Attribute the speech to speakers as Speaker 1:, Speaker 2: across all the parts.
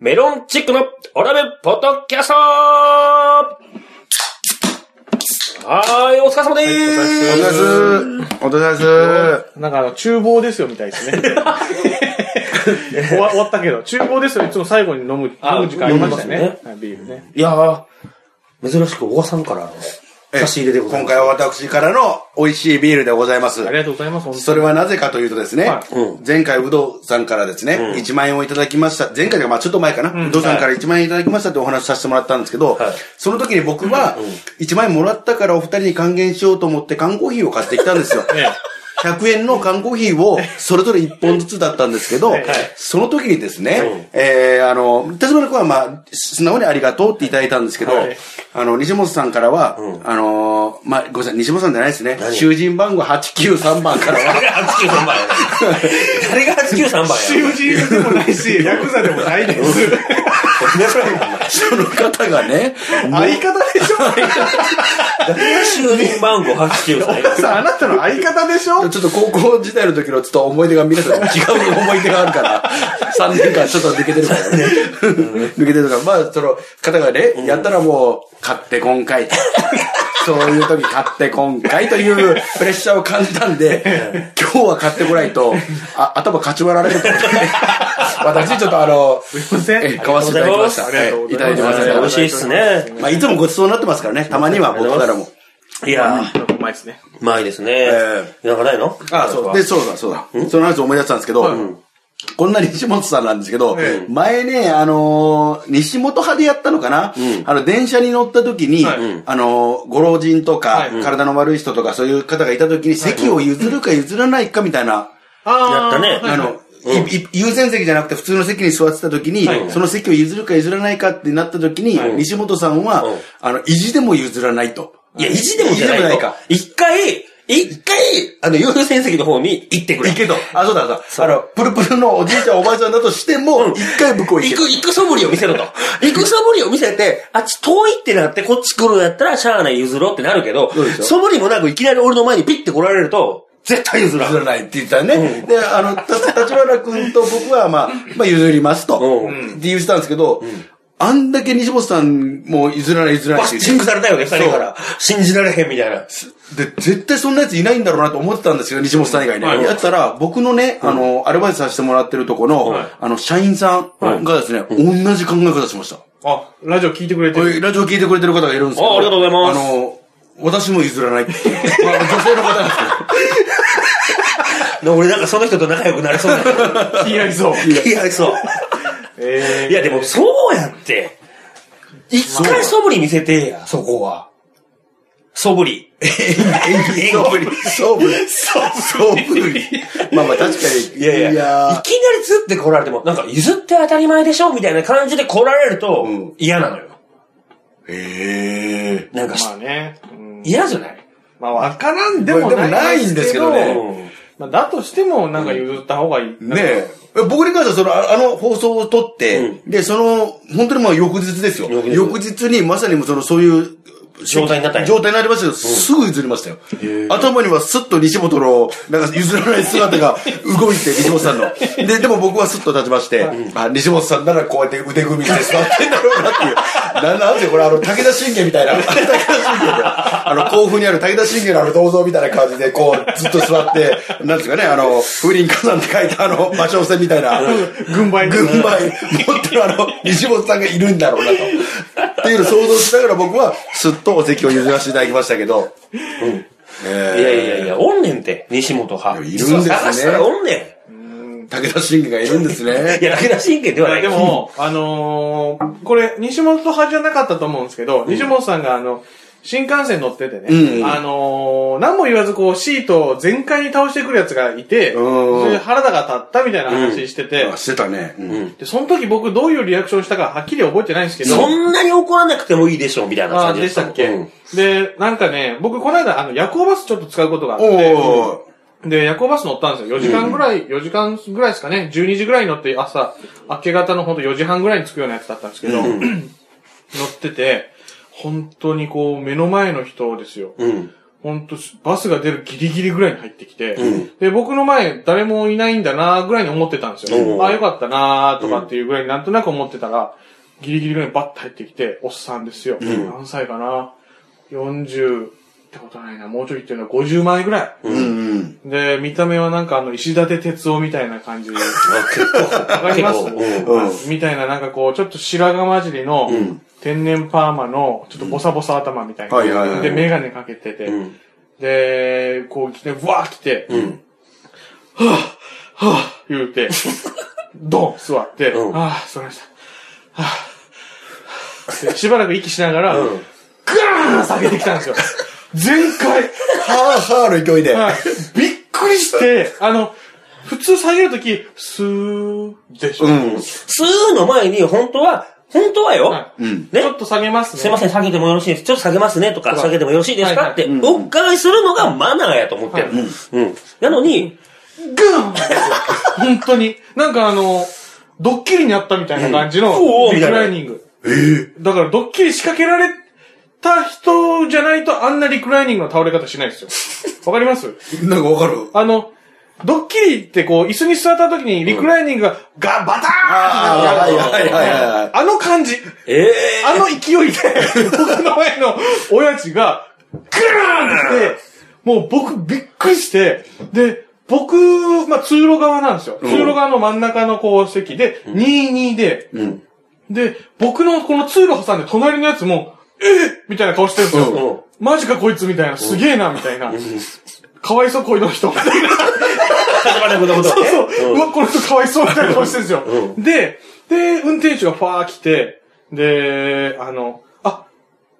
Speaker 1: メロンチックのオラベポッドキャストはーい、お疲れ様でー
Speaker 2: お疲れ
Speaker 1: す。
Speaker 2: 様です。お疲れ様です。
Speaker 3: なんかあの、厨房ですよみたい ですね。終わ終わったけど、厨房ですよ、いつも最後に飲む、飲
Speaker 1: あ
Speaker 3: む時間ありました
Speaker 1: 飲
Speaker 3: よ
Speaker 1: みま
Speaker 3: ね
Speaker 1: す。
Speaker 3: はいビールね。
Speaker 1: いやー、珍しく小川さんから差し入れでござい
Speaker 2: 今
Speaker 1: ます。
Speaker 2: 回は私からの美味しいビールでございます
Speaker 3: あ。りがとうございます、本当
Speaker 2: それはなぜかというとですね
Speaker 3: は、
Speaker 2: うん前回うどさんからですね、1万円をいただきました。前回がまあちょっと前かな。うどさんから1万円いただきましたってお話しさせてもらったんですけど、
Speaker 1: はい
Speaker 2: その時に僕は1万円もらったからお二人に還元しようと思って缶コーヒーを買ってきたんですよ。
Speaker 3: ええ
Speaker 2: 100円の缶コーヒーをそれぞれ1本ずつだったんですけど、
Speaker 3: はい
Speaker 2: その時にですね、えー、あの、田島の子はまあ、素直にありがとうっていただいたんですけど、
Speaker 3: はい
Speaker 2: あの、西本さんからは、あのーまあ、ごめんなさい、西本さんじゃないですね、囚人番号893番からは、
Speaker 1: 誰が893番やねん誰が893番やねん
Speaker 3: 囚人でもないし、ヤクザでもないです。
Speaker 2: その方がね、
Speaker 3: 相方でし
Speaker 1: 誰が囚人番号893
Speaker 3: ょさあ、あなたの相方でしょ
Speaker 2: ちょっと高校時代の時のちょっと思い出が皆さん違う思い出があ るから、3年間ちょっと抜けてるからね。抜けてるから、まあその方がね、やったらもう、買って今回。そういう時買って今回というプレッシャーを感じた んで、今日は買ってこないと、あ頭かち割られると思って 私ちょっとあの、
Speaker 3: すいません。
Speaker 2: ええ買わせていただきました。
Speaker 3: ありがとうございます
Speaker 2: ええいただきま
Speaker 3: あり
Speaker 2: し
Speaker 3: が
Speaker 1: や。
Speaker 3: と
Speaker 1: 美
Speaker 3: うご
Speaker 1: 味
Speaker 2: た
Speaker 1: しいっすね。
Speaker 2: まあいつもごちそうになってますからね、たまには僕からも。
Speaker 1: いやー、
Speaker 3: うまいですね。
Speaker 1: うまいですね。
Speaker 2: え
Speaker 1: なんかないの
Speaker 2: あそう。で、そうだ、そうだ。その話思い出したんですけど、こんな西本さんなんですけど、
Speaker 3: え
Speaker 2: 前ね、あのー西本派でやったのかな、あの、電車に乗った時に、
Speaker 3: はい
Speaker 2: あのーご老人とか、
Speaker 3: はい
Speaker 2: 体の悪い人とか、そういう方がいた時に、席を譲るか譲らないかみたいな、
Speaker 3: あー
Speaker 1: やったね
Speaker 2: あ
Speaker 3: はいはい
Speaker 2: の、いい優先席じゃなくて普通の席に座ってた時に、その席を譲るか譲らないかってなった時に、西本さんは、あの、意地でも譲らないと。
Speaker 1: いや、意地でもじゃない
Speaker 2: 意地でも
Speaker 1: の
Speaker 2: ないか。
Speaker 1: 一回、一回、あの、優先席の方に行ってくれ。
Speaker 2: 行けと。あ、そうだ、そうだ。あの、プルプルのおじいちゃんおばあちゃんだとしても、一回向こう
Speaker 1: 行
Speaker 2: 行け
Speaker 1: く、行くそぶりを見せろと。行くそぶりを見せて、あっち遠いってなって、こっち来るんやったら、しゃあない譲ろうってなるけど
Speaker 2: そうでし、ょ
Speaker 1: そぶりもなくいきなり俺の前にピッて来られると、絶対譲らん。
Speaker 2: 譲らないって言ったね。で、あの、た、立花君と僕は、まあ、まあ、譲りますと。
Speaker 1: うん
Speaker 2: って言ってたんですけど、あんだけ西本さんも譲らない譲らな
Speaker 1: バ
Speaker 2: いって
Speaker 1: ッ
Speaker 2: 言
Speaker 1: チ
Speaker 2: っ
Speaker 1: ングされたよね、二人から。信じられへんみたいな。
Speaker 2: て。で、絶対そんなやついないんだろうなと思ってたんですよ、西本さん以外
Speaker 3: は
Speaker 2: ね。
Speaker 3: い
Speaker 2: やったら、僕のね、あの、アルバイトさせてもらってるとこの
Speaker 3: はい、
Speaker 2: あの、社員さんがですね、同じ考え方しました。
Speaker 3: あ、ラジオ聞いてくれて
Speaker 2: こう
Speaker 3: る。
Speaker 2: いうラジオ聞いてくれてる方がいるんですけど
Speaker 1: あありがとうございます
Speaker 2: あの、私も譲らないって。 まあ女性の方なんですけど。
Speaker 1: で俺なんかその人と仲良くなれそうだ な。
Speaker 3: 気になりそう。
Speaker 1: いや、そう。
Speaker 3: え
Speaker 1: いや、でもそうやって。一回そぶり見せてや、そこは。そぶり。演
Speaker 2: そうぶり。そうぶり。そうぶり。まあまあ確かに。
Speaker 1: いやいや、いきなりずって来られても、なんか譲って当たり前でしょみたいな感じで来られると
Speaker 2: ん
Speaker 1: 嫌なのよ。
Speaker 2: へえ。
Speaker 1: なんかし
Speaker 3: まあね。うん
Speaker 1: 嫌じゃない
Speaker 3: まあ、わからんで
Speaker 2: で
Speaker 3: も
Speaker 2: も
Speaker 3: な
Speaker 2: ないい
Speaker 3: ん
Speaker 2: ん
Speaker 3: で
Speaker 2: ですす
Speaker 3: け
Speaker 2: け
Speaker 3: ど
Speaker 2: ど
Speaker 3: ね
Speaker 2: ね。
Speaker 3: まあだとしても、なんか譲った方がいい。
Speaker 2: ねえ。僕に関してはその、ああの放送を撮って、で、その、本当にまあ翌日ですよ。
Speaker 1: 翌日
Speaker 2: 翌日にまさにもうその、そういう、
Speaker 1: 状態になったんや
Speaker 2: 状態になりましたけど、すぐ譲りましたよ。頭にはスッと西本の、なんか譲らない姿が動いて、西本さんの。で、でも僕はスッと立ちまして、あ、西本さんならこうやって腕組みして座ってんだろうなっていう。なんなんですよ、これあの、武田信玄みたいな。武田信玄で、あの、甲府にある武田信玄のあの銅像みたいな感じで、こう、ずっと座って、 なんですかね、あの、風林火山って書いたあ の、馬匠船みたいな。
Speaker 3: 軍配
Speaker 2: 軍配持ってるあの、西本さんがいるんだろうなと。っていうのを想像しながら僕は、すっとお席を譲らせていただきましたけど。うん。
Speaker 1: い
Speaker 2: え
Speaker 1: やいやいや、おんねんて、西本派。
Speaker 2: いやいるんですね
Speaker 1: 探したらおんね
Speaker 2: ー、武田信玄がいるんですね
Speaker 1: ん。い。や、武田信玄ではない。
Speaker 3: で、も、あのーこれ、西本派じゃなかったと思うんですけど、西本さんがあの、新幹線乗っててね、
Speaker 2: うんうん
Speaker 3: あのー何も言わずこう、シートを全開に倒してくるやつがいて、
Speaker 2: うん
Speaker 3: それで原田が立ったみたいな話してて、
Speaker 2: あしてたね。うん。
Speaker 3: で、その時僕どういうリアクションしたかはっきり覚えてないんですけど、
Speaker 1: そんなに怒らなくてもいいでしょ、みたいな感
Speaker 3: あー
Speaker 1: じ
Speaker 3: でしたっけ、
Speaker 1: うん
Speaker 3: で、なんかね、僕この間、あの、夜行バスちょっと使うことがあっ
Speaker 2: お
Speaker 3: て、
Speaker 2: お
Speaker 3: で、夜行バス乗ったんですよ。4時間ぐらい、4時間ぐらいですかね。12時ぐらいに乗って、朝、明け方のほんと4時半ぐらいに着くようなやつだったんですけど、乗ってて、本当にこう、目の前の人ですよ。
Speaker 1: うん。
Speaker 3: ほんと、バスが出るギリギリぐらいに入ってきて、で、僕の前、誰もいないんだなぐらいに思ってたんですよ。
Speaker 1: うん
Speaker 3: ああ、よかったなとかっていうぐらいになんとなく思ってたら、ギリギリぐらいにバッと入ってきて、おっさんですよ。何歳かな ?40 ってことはないな、もうちょいっていうのは50前ぐらい。
Speaker 2: うん。
Speaker 3: で、見た目はなんかあの、石立哲夫みたいな感じ。わ
Speaker 1: 結構。
Speaker 3: かります
Speaker 1: 結構。
Speaker 2: うん
Speaker 3: みたいな、なんかこう、ちょっと白髪混じりの、
Speaker 1: ん
Speaker 3: 天然パーマの、ちょっとボサボサ頭みたいな。
Speaker 2: はいはいはい
Speaker 3: で、メガネかけてて、
Speaker 1: うん。うん。
Speaker 3: で、こう来て、わー来て、
Speaker 1: うん。
Speaker 3: はぁ、言うて、ドン座って、
Speaker 1: うん
Speaker 3: ああ、座りました。はぁ、でしばらく息しながら、
Speaker 1: うん
Speaker 3: ガーン下げてきたんですよ。全開
Speaker 2: はぁはぁの勢いで。
Speaker 3: はいびっくりして、あの、普通下げるとき、スーでしょ。
Speaker 2: うん。
Speaker 1: スーの前に、本当は、本当はよ、
Speaker 3: は
Speaker 2: うん。
Speaker 3: いち
Speaker 1: ね
Speaker 3: ょっと下げますね。
Speaker 1: すいません、下げてもよろしいです。ちょっと下げますねとか、
Speaker 3: はい
Speaker 1: 下げてもよろしいですか、
Speaker 3: はいはい
Speaker 1: って、お伺いするのがマナーやと思ってる、
Speaker 3: は
Speaker 1: うん。なのに、
Speaker 3: グーン本当に。なんかあの、ドッキリにあったみたいな感じの
Speaker 1: うんおーみ
Speaker 3: リク
Speaker 1: たいな
Speaker 3: ライニング。だからドッキリ仕掛けられた人じゃないとあんなリクライニングの倒れ方しな いですよ。わかります
Speaker 2: なんかわかる
Speaker 3: あの、ドッキリってこう、椅子に座った時にリクライニングがガバタ
Speaker 2: あ
Speaker 3: ーンってなる
Speaker 2: あ、はいはいはいはい。
Speaker 3: あの感じ。
Speaker 1: ええ
Speaker 3: あの勢いで、僕の前の親父が、グーンって、もう僕びっくりして、で、僕、まあ、通路側なんですよ。通路側の真ん中のこう席で、22で、
Speaker 1: ん
Speaker 3: で、僕のこの通路挟んで隣のやつも、えっみたいな顔してるんです
Speaker 1: う
Speaker 3: よ。マジかこいつみたいな、すげえな、みたいな。かわいそう、こいの人、みたいな。
Speaker 1: 始まることこと。
Speaker 3: そうそう。
Speaker 1: う
Speaker 3: うんわ、この人かわいそうみたいな顔してるんですよ。で、で、運転手がファー来て、で、あの、あ、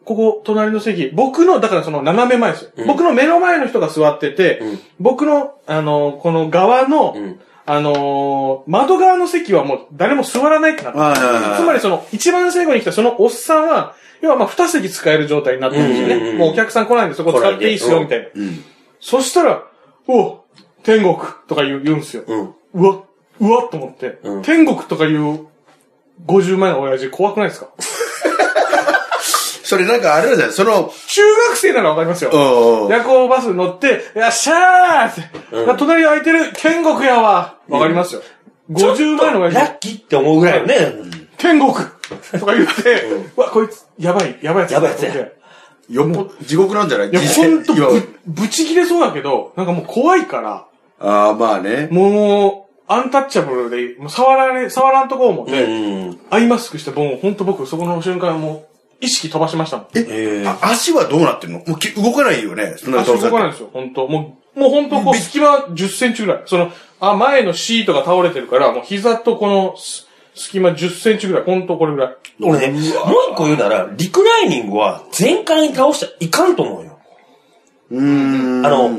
Speaker 3: ここ、隣の席、僕の、だからその斜め前ですよ。僕の目の前の人が座ってて、
Speaker 1: ん
Speaker 3: 僕の、あの、この側の、
Speaker 1: ん
Speaker 3: あのー窓側の席はもう誰も座らないってなってる
Speaker 2: はいはいはい
Speaker 3: つまりその、一番最後に来たそのおっさんは、要はまあ二席使える状態になってるんですよね。
Speaker 1: うんうんうん
Speaker 3: もうお客さん来ないんでそこ使っていいですよ、みたいな。
Speaker 2: うん。
Speaker 3: そしたら、お天国とか言う言うんですよ。
Speaker 1: うん。
Speaker 3: うわ、うわっと思って、
Speaker 1: うん
Speaker 3: 天国とかいう50前の親父怖くないですか
Speaker 2: それなんかあれなんじゃないその、
Speaker 3: 中学生ならわかりますよ。
Speaker 2: うん。
Speaker 3: 夜行バス乗って、いらっしゃーって、
Speaker 1: うん
Speaker 3: 隣空いてる天国やわ。わかりますよ。50前の
Speaker 1: ラ
Speaker 3: 親父、
Speaker 1: ッキーって思うぐらいよね。
Speaker 3: 天国とか言って、うわ、こいつ、やばい、やばいやつだ
Speaker 1: やばいやつや
Speaker 3: と思って
Speaker 2: よっぽ、地獄なんじゃない
Speaker 3: いや、ほんと
Speaker 2: 人生今
Speaker 3: ぶ、ぶち切れそうだけど、なんかもう怖いから、
Speaker 2: ああ、まあね。
Speaker 3: もう、アンタッチャブルで、もう触られ、触らんとこ思って、
Speaker 1: うん。
Speaker 3: アイマスクして、もうほんと僕、そこの瞬間もう、意識飛ばしましたもん。
Speaker 1: えー
Speaker 2: あ足はどうなってるのもうき動かないよね。そんなに
Speaker 3: 足動
Speaker 2: 倒されて
Speaker 3: かないんですよ、本当もう、もう本当こう、隙間10センチぐらい。その、あ、前のシートが倒れてるから、もう膝とこのす、隙間10センチぐらい。本当これぐらい。
Speaker 1: 俺ね、もう一個言うなら、リクライニングは全開に倒しちゃいかんと思うよ。
Speaker 2: うーん。
Speaker 1: あの、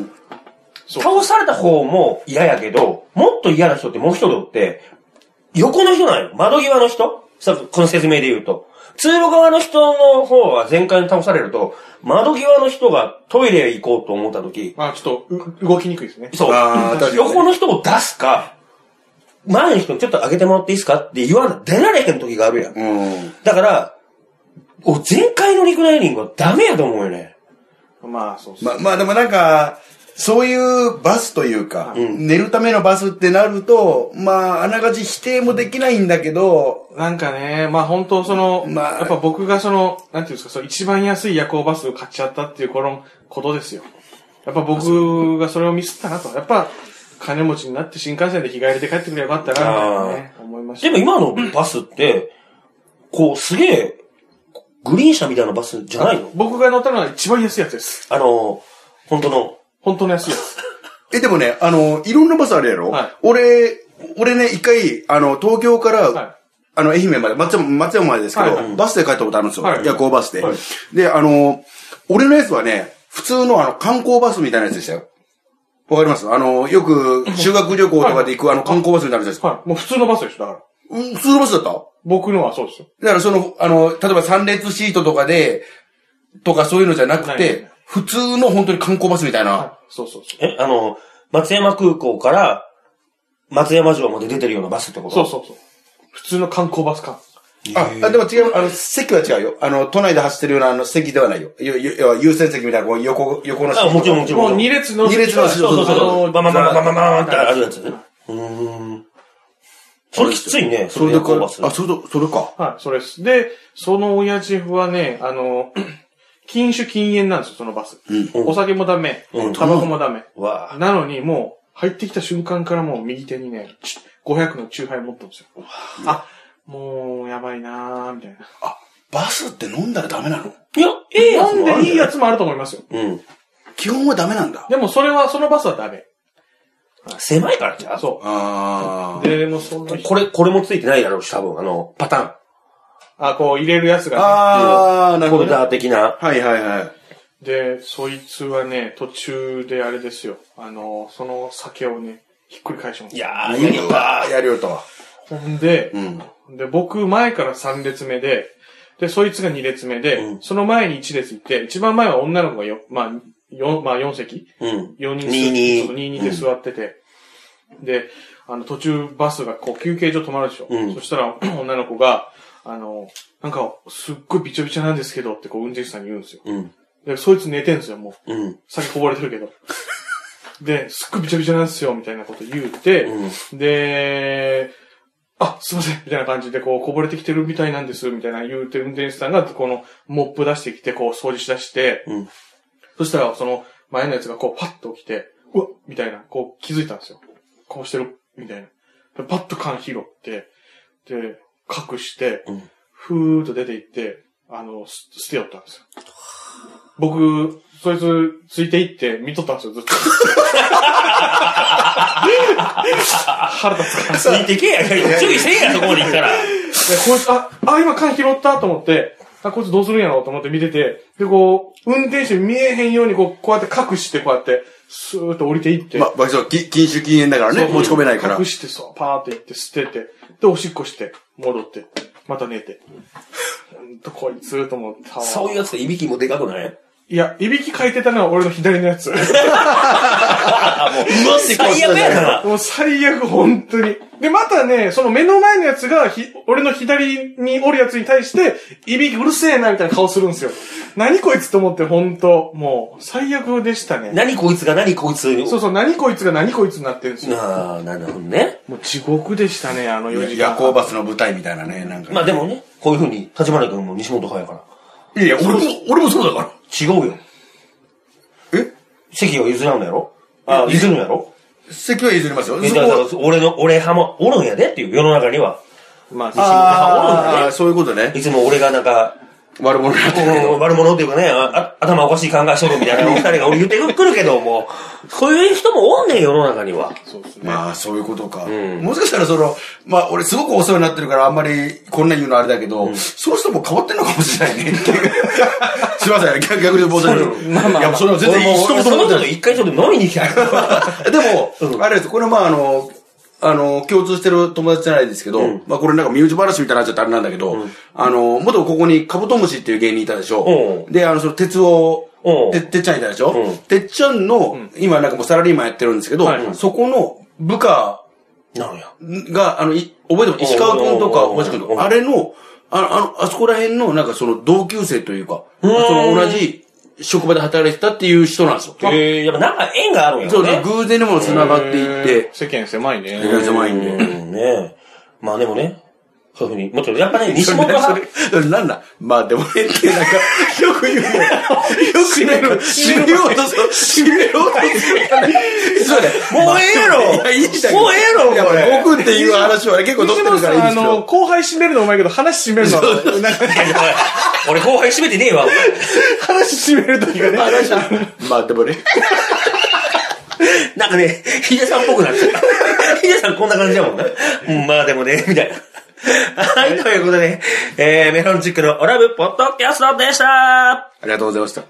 Speaker 3: そう
Speaker 1: 倒された方も嫌やけど、もっと嫌な人ってもう一人おって、横の人なんよ。窓際の人さこの説明で言うと。通路側の人の方は全開に倒されると、窓際の人がトイレへ行こうと思った時、
Speaker 3: まあちょっと、う動きにくいですね。
Speaker 1: そう
Speaker 2: あー確かに。
Speaker 1: 横の人を出すか、前の人にちょっと上げてもらっていいですかって言わな、出られへん時があるやん。
Speaker 2: うん。
Speaker 1: だから、お全開のリクライニングはダメやと思うよね。
Speaker 3: まあ、そうそう。
Speaker 2: ま、まあでもなんか、そういうバスというか、寝るためのバスってなると、まあ、あながち否定もできないんだけど、
Speaker 3: なんかね、まあ本当その、
Speaker 2: まあ
Speaker 3: やっぱ僕がその、なんていうんですか、その一番安い夜行バスを買っちゃったっていうこのことですよ。やっぱ僕がそれをミスったなと。やっぱ、金持ちになって新幹線で日帰りで帰ってくればよかったな、みたいなね、思いました
Speaker 1: で。も今のバスって、こうすげえ、グリーン車みたいなバスじゃないの
Speaker 3: 僕が乗ったのは一番安いやつです。
Speaker 1: あの、本当の。
Speaker 3: 本当の安いやつ。
Speaker 2: え、でもね、あの、いろんなバスあるやろ、
Speaker 3: はい
Speaker 2: 俺、俺ね、一回、あの、東京から、
Speaker 3: はい
Speaker 2: あの、愛媛まで、松山、松山までですけど、
Speaker 3: はいはい
Speaker 2: バスで帰ったことあるんですよ。
Speaker 3: はい
Speaker 2: 夜行バスで、
Speaker 3: はい
Speaker 2: で、あの、俺のやつはね、普通のあの、観光バスみたいなやつでしたよ。わかりますあの、よく、修学旅行とかで行く、あの、観光バスみたいなやつです。
Speaker 3: はい。もう普通のバスでしょ、だから。
Speaker 2: うん普通のバスだった
Speaker 3: 僕のはそうですよ。
Speaker 2: だからその、あの、例えば3列シートとかで、とかそういうのじゃなく
Speaker 3: ないない
Speaker 2: て
Speaker 3: ない、
Speaker 2: 普通の本当に観光バスみたいな。
Speaker 3: はい。そうそうそう。
Speaker 1: え、あの、松山空港から松山城まで出てるようなバスってこと
Speaker 3: そうそうそう。普通の観光バスか。
Speaker 2: あ、あでも違う、あの、席は違うよ。あの、都内で走ってるようなあの席ではないよ。よ、よ、要は優先席みたいな、こう、横、横の
Speaker 1: あ、もちろんもちろん。
Speaker 3: もう二列の
Speaker 2: 二列の後ろ
Speaker 1: そうそうそう
Speaker 3: あ
Speaker 1: そう。
Speaker 3: の
Speaker 1: バンバンバンバンバンバンってあるやつ。うーん。それきついね。
Speaker 2: それで
Speaker 1: 夜
Speaker 2: か
Speaker 1: 行バス、
Speaker 2: あ、それと、それか。
Speaker 3: はい、それです。で、その親父はね、あの、 禁酒禁煙なんですよ、そのバス。お酒もダメ、
Speaker 1: うん
Speaker 3: タバコもダメ。
Speaker 1: わあ。
Speaker 3: なのに、もう、入ってきた瞬間からもう右手にね、ち500のチューハイ持ってるんですよ。あ、もう、やばいなーみたいな。
Speaker 2: バスって飲んだらダメなの
Speaker 1: いや、ええやつ
Speaker 3: 飲ん
Speaker 1: もある
Speaker 3: でいいや
Speaker 1: つ。
Speaker 3: つもあると思いますよ。
Speaker 1: うん。
Speaker 2: 基本はダメなんだ。
Speaker 3: でも、それは、そのバスはダメ。
Speaker 1: 狭いからじゃあ。
Speaker 3: そ
Speaker 2: あ
Speaker 3: う。で、もうそんな
Speaker 1: これ、これもついてないだろうし、多分、あの、パターン。
Speaker 3: あ、こう入れるやつが、
Speaker 2: あー、なる
Speaker 1: ホ
Speaker 2: ほ
Speaker 1: ル
Speaker 2: ど。
Speaker 1: ダー的な。
Speaker 2: はいはいはい。
Speaker 3: ね。で、そいつはね、途中であれですよ。あの、その酒をね、ひっくり返します。
Speaker 1: いやー、やりよ
Speaker 2: あー、やりようとは。
Speaker 3: ほんで、
Speaker 2: うん。
Speaker 3: で、僕、前から3列目で、で、そいつが2列目で、
Speaker 1: うん
Speaker 3: その前に1列行って、一番前は女の子がよ、まあ、4、まあ、4席
Speaker 1: うん。
Speaker 3: 4人
Speaker 1: 22
Speaker 3: そう22で座ってて、で、あの、途中バスがこう休憩所止まるでしょ。
Speaker 1: うん
Speaker 3: そしたら 女の子が、あの、なんか、すっごいびちょびちょなんですけどってこう運転手さんに言うんですよ。
Speaker 1: うん。
Speaker 3: で、そいつ寝てんですよ、もう。
Speaker 1: うん。
Speaker 3: 酒こぼれてるけど。で、すっごいびちょびちょなんですよ、みたいなこと言うて、
Speaker 1: うん。
Speaker 3: で、あ、すいません、みたいな感じで、こう、こぼれてきてるみたいなんです、みたいな言うて、運転手さんが、この、モップ出してきて、こう、掃除しだして、
Speaker 1: うん
Speaker 3: そしたら、その、前のやつが、こう、パッと起きて、うわっみたいな、こう、気づいたんですよ。こうしてる、みたいな。でパッと缶拾って、で、隠して、
Speaker 1: うん
Speaker 3: ふーっと出て行って、あの、す捨てよったんですよ。僕、そいつ、ついて行って、見とったんですよ、ずっと。腹立つから。
Speaker 1: ついてけや。注意せえや、そこまで行ったら。
Speaker 3: で、こいつ、あ、あ、今缶拾ったと思って、あ、こいつどうするんやろうと思って見てて、で、こう、運転手見えへんように、こう、こうやって隠して、こうやって、スーッと降りていって、
Speaker 2: まあ、バキさん、き禁酒禁煙だからね、
Speaker 3: そう
Speaker 2: 持ち込めないから。
Speaker 3: 隠して、そう、パーって行って、捨てて、で、おしっこして、戻って、また寝て。 ほんと、こいつ、と思ったわ
Speaker 1: そういうやつでいびきもでかくない
Speaker 3: いや、いびきかいてたのは俺の左のや つ。
Speaker 1: あ、もう、
Speaker 2: ってこう
Speaker 1: 最悪やな。
Speaker 3: もう最悪、本当に。で、またね、その目の前のやつが、ひ、俺の左におるやつに対して、いびきうるせえな、みたいな顔するんですよ。何こいつと思って、本当もう、最悪でしたね。
Speaker 1: 何こいつが何こいつ。
Speaker 3: そうそう、何こいつが何こいつになってるんですよ。
Speaker 1: ああ、なるほどね。
Speaker 3: もう地獄でしたね、あの4時間。
Speaker 2: 夜行バスの舞台みたいなね、なんか。
Speaker 1: まあでもね、こういう風に、立花君も西本派やから。
Speaker 2: いや、俺も、俺もそうだから。
Speaker 1: 違うよ。
Speaker 2: え
Speaker 1: 席を譲らんのやろあ、譲るのやろ
Speaker 2: 席は譲りますよ。
Speaker 1: え
Speaker 2: そ
Speaker 1: だから
Speaker 2: こ
Speaker 1: 俺の、俺派もおるんやでっていう世の中には。
Speaker 3: まあ、
Speaker 1: あ
Speaker 2: ああ、そういうことね。
Speaker 1: いつも俺がなんか、
Speaker 2: 悪者になってるけど。
Speaker 1: 悪者っていうかね、ああ頭おかしい考えしとるみたいなお二人が俺言ってくるけども、そういう人もおんねん、世の中には。
Speaker 3: そうですね。
Speaker 2: まあ、そういうことか。
Speaker 1: ん
Speaker 2: もしかしたら、その、まあ、俺すごくお世話になってるから、あんまりこんなに言うのあれだけど、そういう人も変わってんのかもしれないね。 すいません、逆逆に申し訳ない。
Speaker 3: まあまあまあ
Speaker 2: いや、それは全
Speaker 1: 俺
Speaker 2: 然
Speaker 1: も
Speaker 2: 一
Speaker 1: そ
Speaker 2: 言
Speaker 1: の
Speaker 2: も思って
Speaker 1: 人
Speaker 2: な
Speaker 1: と
Speaker 2: い。
Speaker 1: 一回ちょっと飲みに行きた い。
Speaker 2: でも、あれです、これまあ、あの、あの、共通してる友達じゃないですけど、まあこれなんか身内話みたいになっちゃったあれなんだけど、あの、元ここにカブトムシっていう芸人いたでしょ。
Speaker 1: う
Speaker 2: で、あの、その、鉄を
Speaker 1: うん、
Speaker 2: ててっちゃんいたでしょ
Speaker 1: うん
Speaker 2: てっちゃんの、今なんかもうサラリーマンやってるんですけど、
Speaker 3: はい
Speaker 2: そこの部下
Speaker 1: なのや。
Speaker 2: が、あの、い覚えてます石川君とか、
Speaker 1: おー
Speaker 2: もしく
Speaker 1: おー
Speaker 2: は、あれの、あの、あの、あそこら辺の、なんかその同級生というか、その同じ職場で働いてたっていう人なんですよ。
Speaker 1: えー、やっぱなんか縁があるんや
Speaker 2: そ
Speaker 1: ろ
Speaker 2: う、
Speaker 1: ね。
Speaker 2: 偶然にも繋がっていって、
Speaker 3: 世間狭いね。
Speaker 2: 意外と前にね。
Speaker 1: うんねまあでもね、そういうふうに、もちろん、やっぱね、西本派、
Speaker 2: それなんだまあでも変ってなんか、よく言うね。よくなんか、締めようとする。締めようとするからね。そうね。
Speaker 1: もうええやろ
Speaker 2: いや、いいんだけど
Speaker 1: もうええやろこれ
Speaker 2: いや5分っていう話は結構取
Speaker 3: 西
Speaker 2: って
Speaker 3: 本
Speaker 2: るか
Speaker 3: さ
Speaker 2: らいい
Speaker 3: ん、
Speaker 2: ん
Speaker 3: あ
Speaker 2: ですよ
Speaker 3: の、。後輩締めるのうまいけど、話締めるのは、 なんかね、
Speaker 1: 俺後輩閉めてねえわ。
Speaker 3: 話締めるときがね、
Speaker 2: 話はまあでもね。
Speaker 1: なんかね、ヒデさんっぽくなっちゃ った。ヒデさんこんな感じだもんね。うん、まあでもね、みたいな。はい、ということで、えー、メロンチックのオラブポッドキャストでした
Speaker 2: ありがとうございました。